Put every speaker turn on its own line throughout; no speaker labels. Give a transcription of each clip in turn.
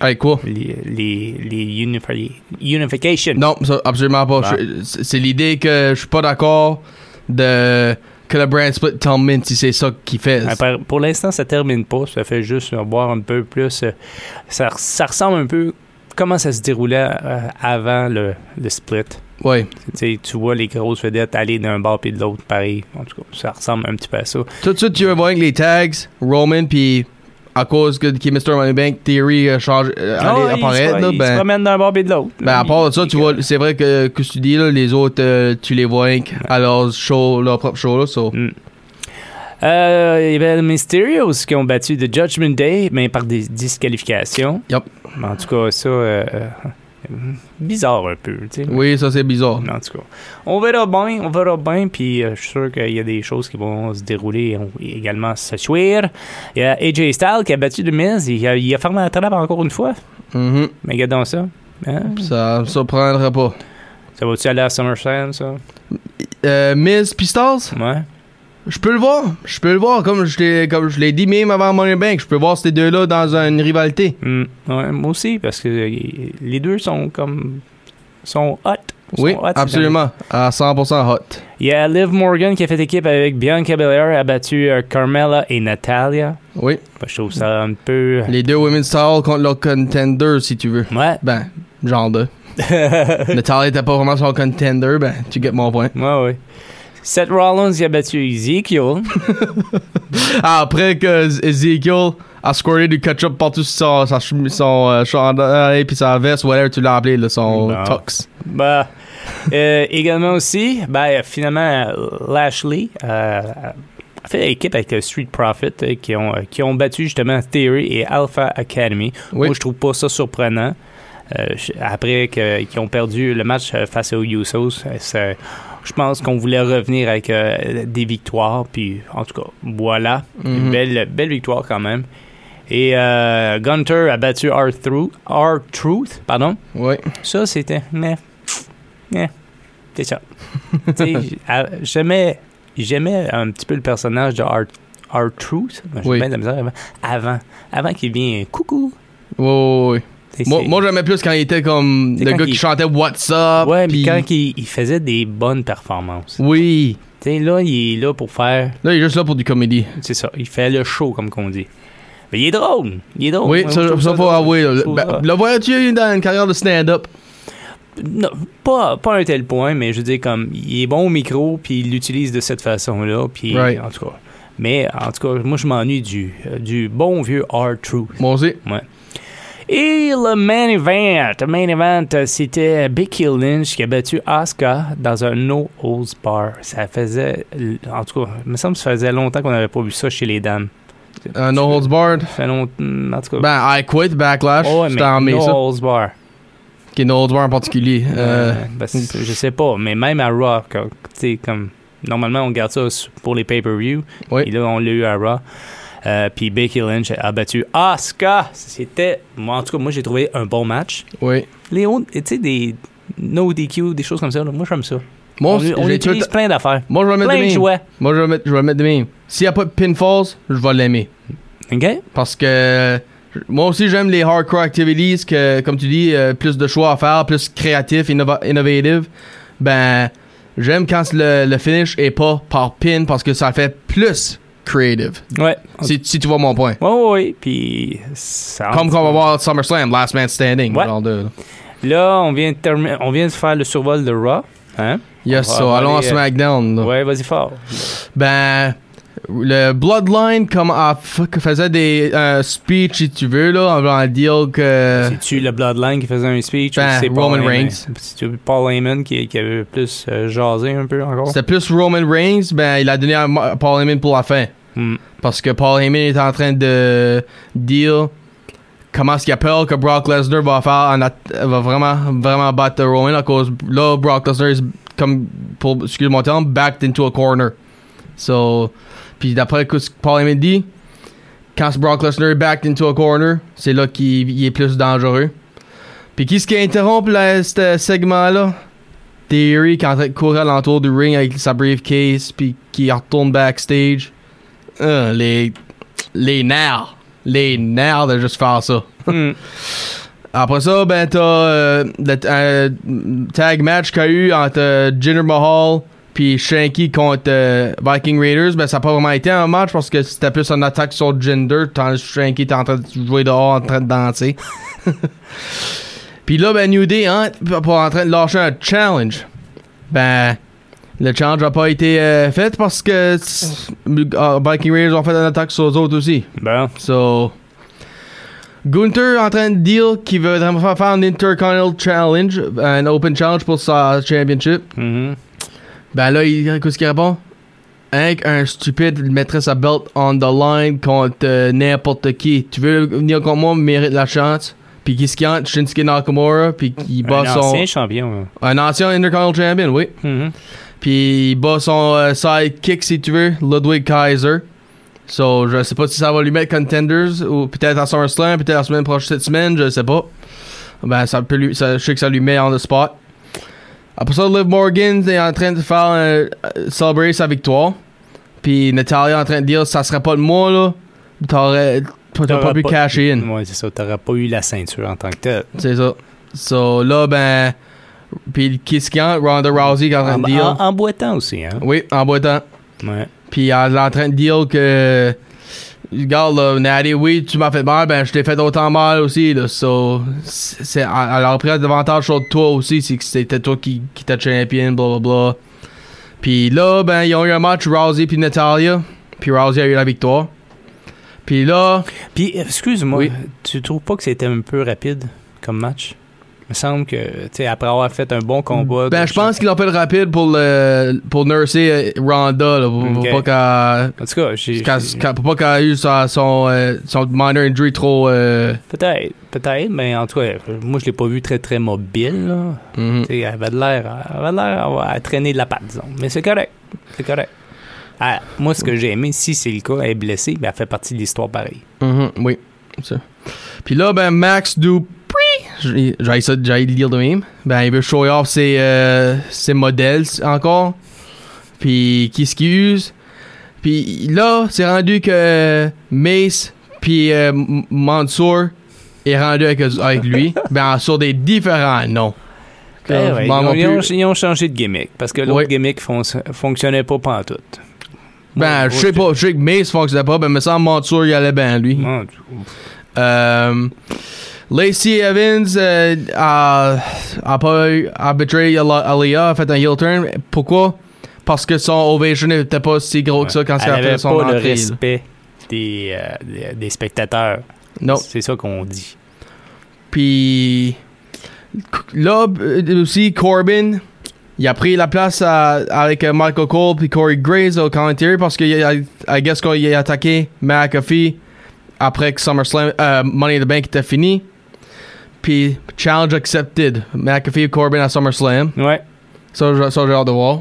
Avec quoi?
Les, les, les unifi- unification.
Non, ça, absolument pas.
Bon.
Je- C'est c'est l'idée que je suis pas d'accord de que le brand split termine si c'est ça qu'il fait.
Euh, par- Pour l'instant, ça termine pas. Ça fait juste euh, voir un peu plus. euh, Ça, ça ressemble un peu comment ça se déroulait euh, avant le, le split.
Ouais.
Tu sais, tu vois les grosses vedettes aller d'un bord puis de l'autre, pareil. En tout cas, ça ressemble un petit peu à ça.
Tout de suite, tu vas voir que les tags, Roman, puis à cause que qui est Mr. Moneybank, Theory euh, change, euh,
Ah,
allait
ouais,
apparaître.
il se,
là,
il se
ben,
promène d'un bord et de l'autre.
ben, à part ça, tu vois, c'est vrai que, que tu dis, là, les autres, euh, tu les vois que à leur show, leur propre show. Là, so.
Euh, il y avait les Mysterios qui ont battu The Judgment Day, mais par des disqualifications.
Yup.
Mais En tout cas, ça, euh, euh, bizarre un peu, tu sais.
Oui, ça, c'est bizarre.
Mais En tout cas, on verra bien, on verra bien, puis euh, je suis sûr qu'il y a des choses qui vont se dérouler et on- et également se suivre. Il y a AJ Styles qui a battu The Miz, il a, il a fermé la trappe encore une fois.
Mhm.
Mais regarde donc ça. Hein?
Ça me surprendrait pas.
Ça va-tu aller à SummerSlam, ça?
Euh, Miz Pistols?
Ouais.
Je peux le voir, je peux le voir, comme je l'ai, comme je l'ai dit même avant Money Bank, je peux voir ces deux-là dans une rivalité.
Hmm. Ouais, moi aussi, parce que euh, les deux sont comme. sont hot. Sont
Oui,
hot, ces
absolument, à 100% hot.
Il y a Liv Morgan qui a fait équipe avec Bianca Belair, a battu euh, Carmella et Natalia.
Oui,
Bah, je trouve ça un peu.
les deux Women's Towel contre leur contender, si tu veux.
Ouais.
Ben, genre deux. Le Towel était pas vraiment son contender, ben, tu get mon point.
ouais, ouais. Seth Rollins, il a battu Ezekiel.
Ah, après que Z- Ezekiel a squirté du ketchup partout sur son, sa chemi- son euh, chandail puis sa veste, whatever tu l'as appelé, là, son
Non.
tux.
Bah, euh, également aussi, ben, finalement, Lashley euh, a fait équipe avec euh, Street Profit euh, qui, ont, euh, qui ont battu justement Theory et Alpha Academy.
Oui.
Moi, je trouve pas ça surprenant. Euh, je- après que- qu'ils ont perdu le match euh, face aux Usos, euh, c'est- je pense qu'on voulait revenir avec euh, des victoires. Puis, en tout cas, voilà. Une
Mhm.
belle, belle victoire quand même. Et euh, Gunter a battu R-Truth, R-Truth pardon,
Oui.
ça, c'était. Mais. Mais. C'est ça. Tu sais, j- à- j'aimais. J'aimais un petit peu le personnage de Art, Art Truth. J'aimais
Oui.
de la misère avant. Avant, avant qu'il vienne coucou.
Oui, oui,
Tu
oui.
sais,
Moi,
c'est-
moi, j'aimais plus quand il était comme
C'est
le
quand
gars
qu'il-
qui chantait What's Up.
ouais, mais
Ah, puis-
quand il, il faisait des bonnes performances.
Oui.
Tu sais, là, il est là pour faire.
Là, il est juste là pour du comédie.
C'est ça. Il fait le show, comme qu'on dit. Mais il est drôle. Il est drôle.
oui,
Moi, je
ça, ça,
trouve
faut
drôle.
avouer. là.
Je
Le,
trouve
ben,
ça-
le vois-tu dans une carrière de stand-up?
Non, pas, pas à un tel point, mais je veux dire, comme, il est bon au micro, puis il l'utilise de cette façon-là, puis
Right.
en tout cas. Mais en tout cas, moi, je m'ennuie du, euh, du bon vieux R-Truth.
Moi aussi.
Et le main event, le main event, euh, c'était Becky Lynch qui a battu Asuka dans un No Holds Bar. Ça faisait, l- en tout cas, il me semble que ça faisait longtemps qu'on n'avait pas vu ça chez les dames.
Un No Holds Barred.
Ça fait longtemps, en tout cas.
Ben, I Quit, Backlash.
Oh, Ouais,
C'était en mai,
No
ça.
Holds Bar.
Qui est No Holds Barred en particulier. Euh,
Euh, ben, c'est- je sais pas, mais même à Raw, quand- tu sais, comme normalement on garde ça s- pour les pay-per-view,
Oui.
et là on l'a eu à Raw. Euh, Puis Becky Lynch a battu Asuka. C'était, moi, en tout cas, moi j'ai trouvé un bon match.
Oui.
Les autres, tu sais, des no DQ, des choses comme ça, là, moi j'aime ça.
Moi,
on
j'ai
on
tout-
utilise plein d'affaires,
Moi, je vais mettre
plein de
des mimes.
jouets.
Moi, je vais mettre, je vais mettre des mimes. S'il n'y a pas de pinfalls, je vais l'aimer.
OK?
Parce que je- moi aussi, j'aime les hardcore activities, que, comme tu dis, euh, plus de choix à faire, plus créatif, innova- innovative. Ben, j'aime quand le, le finish est pas par pin parce que ça fait plus creative.
Ouais.
Si, si tu vois mon point.
Ouais, ouais, ouais. Puis ça.
Comme qu'on va voir à SummerSlam, Last Man Standing.
Ah, Ouais.
genre de- là.
Là, on vient, de terminer- on vient de faire le survol de Raw. Hein?
Yes,
On va
so allons à
aller, euh,
SmackDown. là.
Ouais, vas-y fort.
Ben, le Bloodline comme a f- faisait des euh, speeches, si tu veux, là, en en deal que...
C'est-tu le Bloodline qui faisait un speech?
Euh. Ben,
ou c'est
Roman
Paul Heyman?
Reigns.
C'est-tu Paul Heyman qui, qui avait plus euh, jasé un peu encore?
C'était plus Roman Reigns, ben il a donné à Ma- Paul Heyman pour la fin.
Hmm.
Parce que Paul Heyman est en train de deal comment est-ce qu'il appelle que Brock Lesnar va faire en at- va vraiment vraiment battre Roman à cause là Brock Lesnar est comme pour excuse mon terme backed into a corner. So puis d'après ce que Paul Heyman dit quand Brock Lesnar est backed into a corner, c'est là qu'il il est plus dangereux. Puis qui ce qui interrompt là, ce segment là Theory qui est en train de courir alentour du ring avec sa briefcase, puis qui retourne backstage. Euh, les, les nerfs. Les nerfs de juste faire ça.
Hmm.
Après ça, ben, t'as euh, le t- euh, tag match qu'il y a eu entre euh, Jinder Mahal puis Shanky contre euh, Viking Raiders. Ben, ça n'a pas vraiment été un match parce que c'était plus une attaque sur Jinder, tandis que Shanky était en train de jouer dehors, en train de danser. puis là, ben, New Day, hein, p- pas en train de lâcher un challenge. Ben, le challenge n'a pas été euh, fait parce que s- euh, Viking Raiders ont fait une attaque sur eux autres aussi.
Bon.
So, Gunther en train de deal qui veut vraiment faire faire un Intercontinental Challenge, un Open Challenge pour sa championship.
Mhm.
Ben là, il, qu'est-ce qu'il répond? Hein, un stupide mettrait sa belt on the line contre euh, n'importe qui. Tu veux venir contre moi, mérite la chance. Puis qui se chante Shinsuke Nakamura, puis qui bat
Un
son.
ancien champion.
Un ancien Intercontinental Champion, oui.
Mhm.
Puis il bat son euh, sidekick, si tu veux, Ludwig Kaiser. So, je sais pas si ça va lui mettre contenders ou peut-être à SummerSlam, peut-être la semaine prochaine, cette semaine, je sais pas. Ben, ça peut lui, ça- je sais que ça lui met on the spot. Après ça, Liv Morgan est en train de faire euh, euh, célébrer sa victoire. Puis Natalia est en train de dire ça serait pas de moi là, t'aurais t'aurais
T'aurais
pas pu
pas-
cacher in.
Ouais, c'est ça. T'aurais pas eu la ceinture en tant que telle.
C'est ça. So là ben puis qu'est-ce qu'il y a Ronda Rousey qui est en train
En,
de dire
en- en boitant aussi, hein?
Ah oui, en boitant.
Ouais.
Puis elle est en train de dire que. Regarde, là, Natty, oui, tu m'as fait mal, ben je t'ai fait autant mal aussi. Là, so, c'est, elle elle a pris un avantage sur toi aussi, c'est que c'était toi qui, qui t'as champion, blablabla. Puis là, ben, ils ont eu un match Rousey puis Natalia. Puis Rousey a eu la victoire. Puis là,
Puis, excuse-moi,
Oui.
tu trouves pas que c'était un peu rapide comme match? Il me semble que, tu sais, après avoir fait un bon combat...
ben,
de-
je pense qu'ils l'ont fait rapide pour, le, pour nurser euh, Ronda, là, pour, pour
Ok.
pas
En tout cas, j'ai...
qu'elle- qu'elle- qu'elle- pour pas qu'elle ait eu sa- son, euh, son minor injury trop. euh,
Peut-être, peut-être, mais en tout cas, moi, je l'ai pas vu très, très mobile, là.
mhm.
Tu sais, elle avait de l'air elle avait de l'air à- à traîner de la patte, disons. Mais c'est correct, c'est correct. Ah, moi, ce que j'ai aimé, si c'est le cas, elle est blessée, mais elle fait partie de l'histoire pareil.
Mhm, oui, c'est ça. Puis là, ben, Max Dupri, j'ai j'ai ça, j'ai le dire de même. Ben, il veut show off ses, euh, ses modèles encore. Puis, qu'est-ce qu'il use. Puis là, c'est rendu que euh, Mace, puis euh, M- Mansour est rendu avec, avec lui. ben, sur des différents noms.
Eh
Euh,
ouais,
je
ils,
m'en
ont,
rappelle
ils ont-
plus.
ils ont changé de gimmick, parce que l'autre
Ouais.
gimmick fon- fonctionnait pas pantoute.
Ben,
Moi,
je sais
moi,
pas, je sais que Mace fonctionnait pas, ben, me semble Mansour, il allait bien, lui.
Moi,
Euh, Lacey Evans euh, a, a pas eu- a betrayé Ali- Aliyah, a fait un heel turn. Pourquoi? Parce que son ovation n'était pas si gros que ça quand
elle
elle a
avait
fait son
pas le
entrée. là.
respect des, euh, des, des spectateurs.
Non.
C'est ça qu'on dit.
Puis là euh, aussi Corbin, il a pris la place à- avec euh, Michael Cole puis Corey Graves au commentary parce que euh, I guess qu'il a attaqué McAfee après que SummerSlam euh, Money in the Bank était fini. Puis challenge accepted. McAfee et Corbin à SummerSlam.
Ouais.
Ça, j'ai- ça j'ai hâte de voir.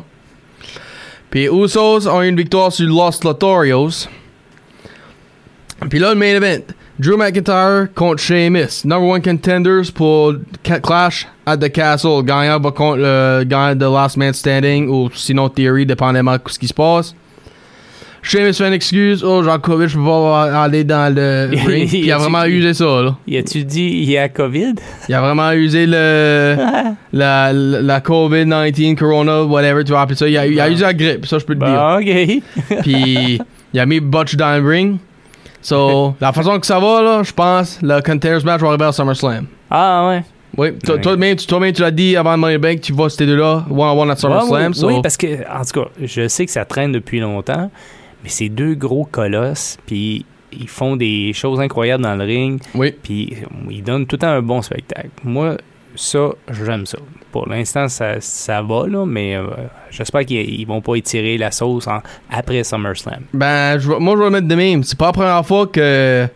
Puis Usos ont eu une victoire sur Los Lotorios. Puis là, le main event. Drew McIntyre contre Sheamus. Number one contenders pour Ca- Clash at the Castle. Gagnant va contre le gagnant de Last Man Standing ou sinon Theory, dépendamment de ce qui se passe. Sheamus fait une excuse. Oh, Jankovic, je peux pas aller dans le ring. Puis il a vraiment usé ça, là.
Y a-tu dit il y a COVID?
Il a vraiment usé le la, la, la COVID-19, Corona, whatever tu vas appeler ça. Il a, il a usé la grippe, ça je peux te dire.
Bon, ok.
Puis il a mis Butch dans le ring. So, la façon que ça va, là, je pense, le Contenders match va arriver à SummerSlam.
Ah ouais.
Oui, toi-
Ouais.
toi-même, tu- toi-même, tu l'as dit avant Money in the Bank, tu vas ces deux-là, one-on-one à SummerSlam.
oui,
so-
oui, parce que, en tout cas, je sais que ça traîne depuis longtemps, mais c'est deux gros colosses, puis ils font des choses incroyables dans le ring,
oui.
puis ils donnent tout le temps un bon spectacle. Moi, ça, j'aime ça. Pour l'instant, ça, ça va, là, mais euh, j'espère qu'ils ils vont pas étirer la sauce en- après SummerSlam.
Ben, je vais- moi, je vais le mettre de même. C'est pas la première fois que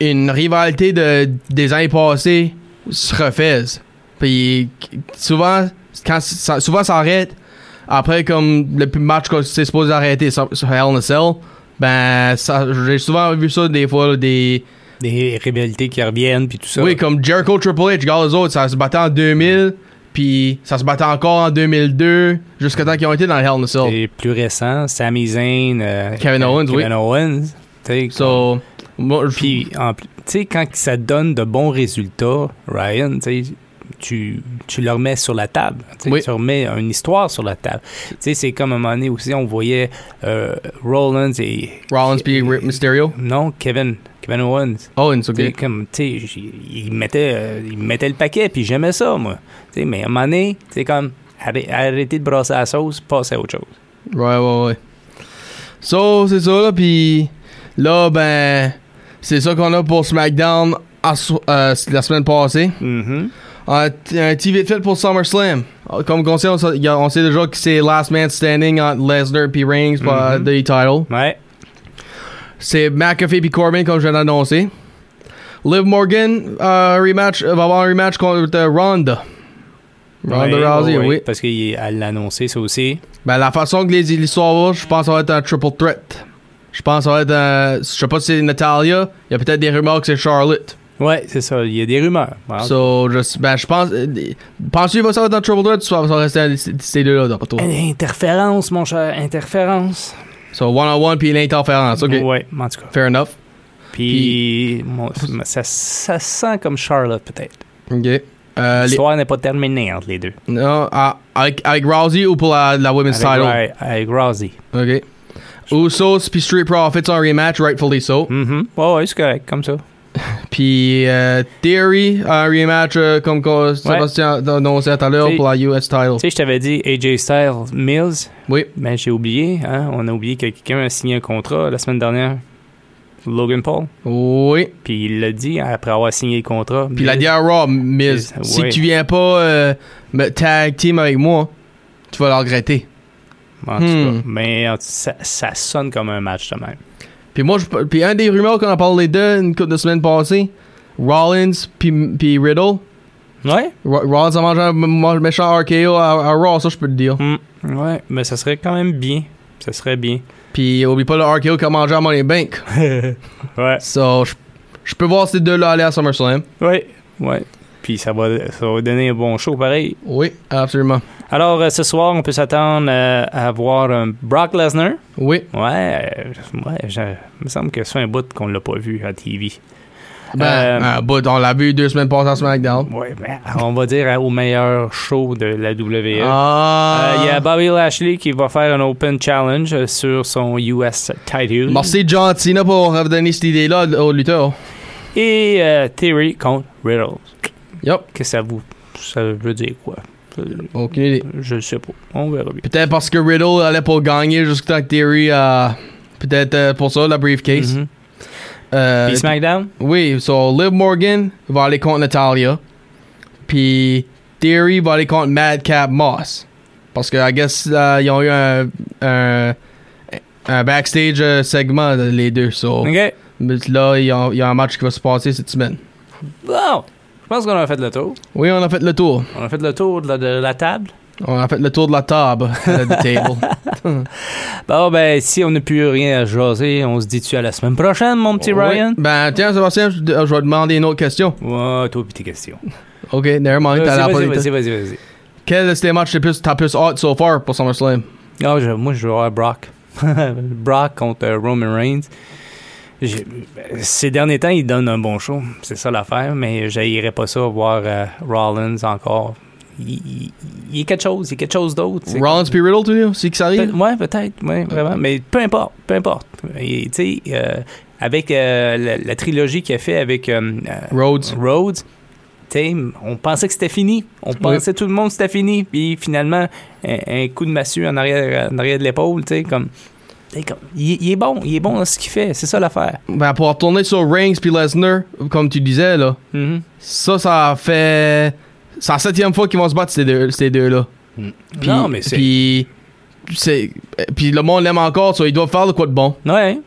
une rivalité de, des années passées se refaise. Puis souvent, quand ça, souvent ça arrête après comme le match que c'est supposé arrêter sur sur Hell in a Cell. Ben, ça- j'ai souvent vu ça des fois là, des
Des rivalités qui reviennent, puis tout ça.
oui comme Jericho Triple H, regarde les autres, ça se battait en 2000, puis ça se battait encore en 2002 jusqu'à temps qu'ils ont été dans Hell in a Cell.
C'est plus récent, Sami Zayn, euh,
Kevin Owens, oui.
Kevin Owens, tu sais,
So, moi, je-
Puis, en plus, tu sais, quand ça donne de bons résultats, Ryan, tu sais, tu, tu le remets sur la table. Tu sais,
Oui.
Tu remets une histoire sur la table. Tu sais, c'est comme à un moment donné aussi, on voyait euh, Rollins et.
Rollins puis Rey Mysterio. Oh,
Non, Kevin. Kevin Owens.
Owens,
Tu sais,
ok.
comme, tu sais, j- il mettait, euh, il mettait le paquet, puis j'aimais ça, moi. Tu sais, mais à un moment donné, c'est comme, arrê- arrêtez de brasser la sauce, passez à autre chose.
Ouais, ouais, ouais. So, c'est ça, là, puis là, ben, c'est ça qu'on a pour SmackDown à so- euh, la semaine passée. Mm-hmm.
Mhm.
Un, t- un petit vite fait pour SummerSlam. Comme on sait, on, sa- y a- on sait déjà que c'est Last Man Standing entre Lesnar puis Reigns pour euh,
Mhm.
the title.
Ouais.
C'est McAfee puis Corbin, comme je viens d'annoncer. Liv Morgan euh, rematch, va avoir un rematch contre euh, Ronda. Ronda
Ouais,
Rousey,
ouais,
oui.
Parce qu'elle l'a annoncé, ça aussi.
Ben, la façon que les l'histoire va, je pense que ça va être un triple threat. Je pense que ça va être un. Je sais pas si c'est Natalia. Il y a peut-être des rumeurs que c'est Charlotte.
Ouais, c'est ça. Il y a des rumeurs. Wow.
So, je, ben, je pense. Penses-tu que ça va être un triple threat ou ça va ça va rester un- ces deux-là dans toi?
Euh, Interférence, mon cher, interférence.
So, one-on-one puis l'interférence. Ok.
Ouais, en tout cas.
Fair enough.
Puis, mon- ça, ça sent comme Charlotte, peut-être.
Ok. Euh, les-
L'histoire n'est pas terminée entre les deux.
non, ah, avec, avec Rousey ou pour la, la women's title?
Ra- avec Rousey.
Ok. Usos puis Street Profits en rematch, rightfully so. Oh.
Mhm. Ouais, ouais, c'est correct, comme ça.
Puis euh, Theory, un rematch euh, comme qu'on Sébastien a annoncé tout à l'heure
T'sais-
pour la US title.
Tu sais, je t'avais dit AJ Styles, Mills.
Oui.
Ben, j'ai oublié. Hein? On a oublié que quelqu'un a signé un contrat la semaine dernière. Logan Paul.
Oui.
Puis il l'a dit hein, après avoir signé le contrat.
Puis la à Raw, Miz.
Miz,
Si
oui.
tu viens pas euh, me tag team avec moi, tu vas le regretter.
En tout cas,
Hmm.
mais en tout- ça, ça sonne comme un match de même.
Puis moi, je- puis un des rumeurs qu'on a parlé d'eux une couple de semaines passées, Rollins puis, puis Riddle.
Ouais?
Ro- Rollins a mangé un m- méchant RKO à, à Raw, ça je peux te dire.
Hmm. Ouais, mais ça serait quand même bien. Ça serait bien.
Puis oublie pas le RKO qu'il a mangé à Money Bank.
Ouais.
So, je- je peux voir ces deux-là aller à SummerSlam.
Ouais. Ouais. Puis ça va, ça va donner un bon show pareil.
Oui, absolument.
Alors, euh, ce soir, on peut s'attendre euh, à voir un Brock Lesnar.
Oui.
Ouais, euh, ouais, je- il me semble que c'est un bout qu'on l'a pas vu à TV.
Ben,
Euh,
euh, but on l'a vu deux semaines passées à SmackDown.
Ouais, ben, on va dire euh, au meilleur show de la WWE. Euh,
Ah.
Il y a Bobby Lashley qui va faire un Open Challenge euh, sur son US title.
Merci John Cena pour avoir donné cette idée-là au lutteur.
Et euh, Theory contre Riddle.
Yup.
Que ça vous. Ça veut dire quoi Euh,
Aucune idée.
Je sais pas. On verra bien.
Peut-être parce que Riddle allait pas gagner jusqu'à temps que Theory euh, Peut-être euh, pour ça, la briefcase.
Mhm.
Euh,
Puis SmackDown
oui, so Liv Morgan va aller contre Natalia. Puis Theory va aller contre Madcap Moss. Parce que, I guess, euh, ils ont eu un, un, un backstage euh, segment, les deux. So,
Ok.
mais là, il y, a, il y a un match qui va se passer cette semaine.
Bon. Je pense qu'on a fait le tour.
Oui, on a fait le tour.
On a fait le tour de la, de la table.
On a fait le tour de la table. de la table.
Bon, ben, si on n'a plus rien à jaser, on se dit-tu à la semaine prochaine, mon petit
Oui.
Ryan?
Ben, tiens, Sébastien, je, je vais demander une autre question.
Ouais, toi, pis tes questions.
Ok, never mind.
Vas-y,
t'as la
vas-y,
pas-
vas-y, vas-y, vas-y.
Quel est le match le plus, t'as plus hâte so far pour SummerSlam?
Ah, je- moi, je vais avoir Brock. Brock contre euh, Roman Reigns. J'ai- Ces derniers temps, il donne un bon show. C'est ça l'affaire, mais j'haïrais pas ça voir euh, Rollins encore. Il, il- il y a quelque chose, il y a quelque chose d'autre. c'est-
Rollins puis Riddle, tu dis, c'est que ça
Peut-
arrive?
ouais, peut-être, ouais, vraiment. Mais peu importe, peu importe. Et, Tu sais, euh, avec euh, la, la trilogie qu'il a fait avec euh, euh,
Rhodes.
Rhodes, tu sais, on pensait que c'était fini. On pensait tout le monde que c'était fini. Puis finalement, un, un coup de massue en arrière, en arrière de l'épaule, tu sais, comme. tu sais, comme- Il, il est bon, il est bon dans ce qu'il fait, c'est ça l'affaire.
Ben, pour retourner sur Reigns puis Lesnar, comme tu disais, là,
Mhm.
ça, ça fait. C'est la septième fois qu'ils vont se battre, ces deux- ces deux-là. Puis-
non, mais c'est.
Puis. c'est- Puis le monde l'aime encore, so ils doivent faire le quoi de bon.
Ouais, hein.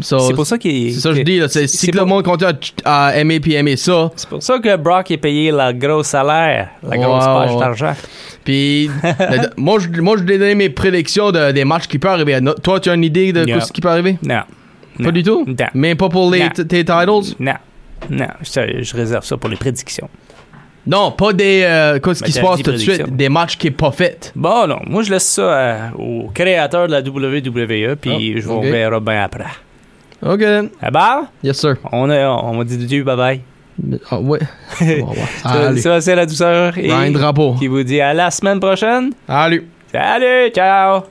So,
c'est pour ça qu'il
c'est ça que je dis, là. c'est- Si
c'est
que le
pour-
monde continue à, à aimer puis aimer ça,
C'est pour ça que Brock est payé la grosse salaire, la grosse
Ouais,
page
ouais.
d'argent.
Puis, le- moi, je, moi, je t'ai donné mes prédictions de- des matchs qui peuvent arriver. No- Toi, tu as une idée de
Yeah.
ce qui peut arriver?
Non.
Pas du tout?
Non.
Mais pas pour les,
Yeah.
t- tes titles?
Non. Non, je, je réserve ça pour les prédictions.
Non, pas des. euh, quoi, ce
Mais
qui se
t'as
passe
dit
tout de
prédiction.
suite. Des matchs qui n'est pas fait.
Bon, non, moi je laisse ça euh, aux créateurs de la WWE, puis
Ah,
je vous
ok.
verrai bien après.
OK, then.
Ah bah,
Yes, sir.
on, est, on m'a dit de Dieu, bye bye.
Ah, ouais. Bon, ouais.
Ça,
Allez.
ça, c'est la douceur. Et
Ryan Drapeau.
qui vous dit à la semaine prochaine.
Allez.
Salut, ciao!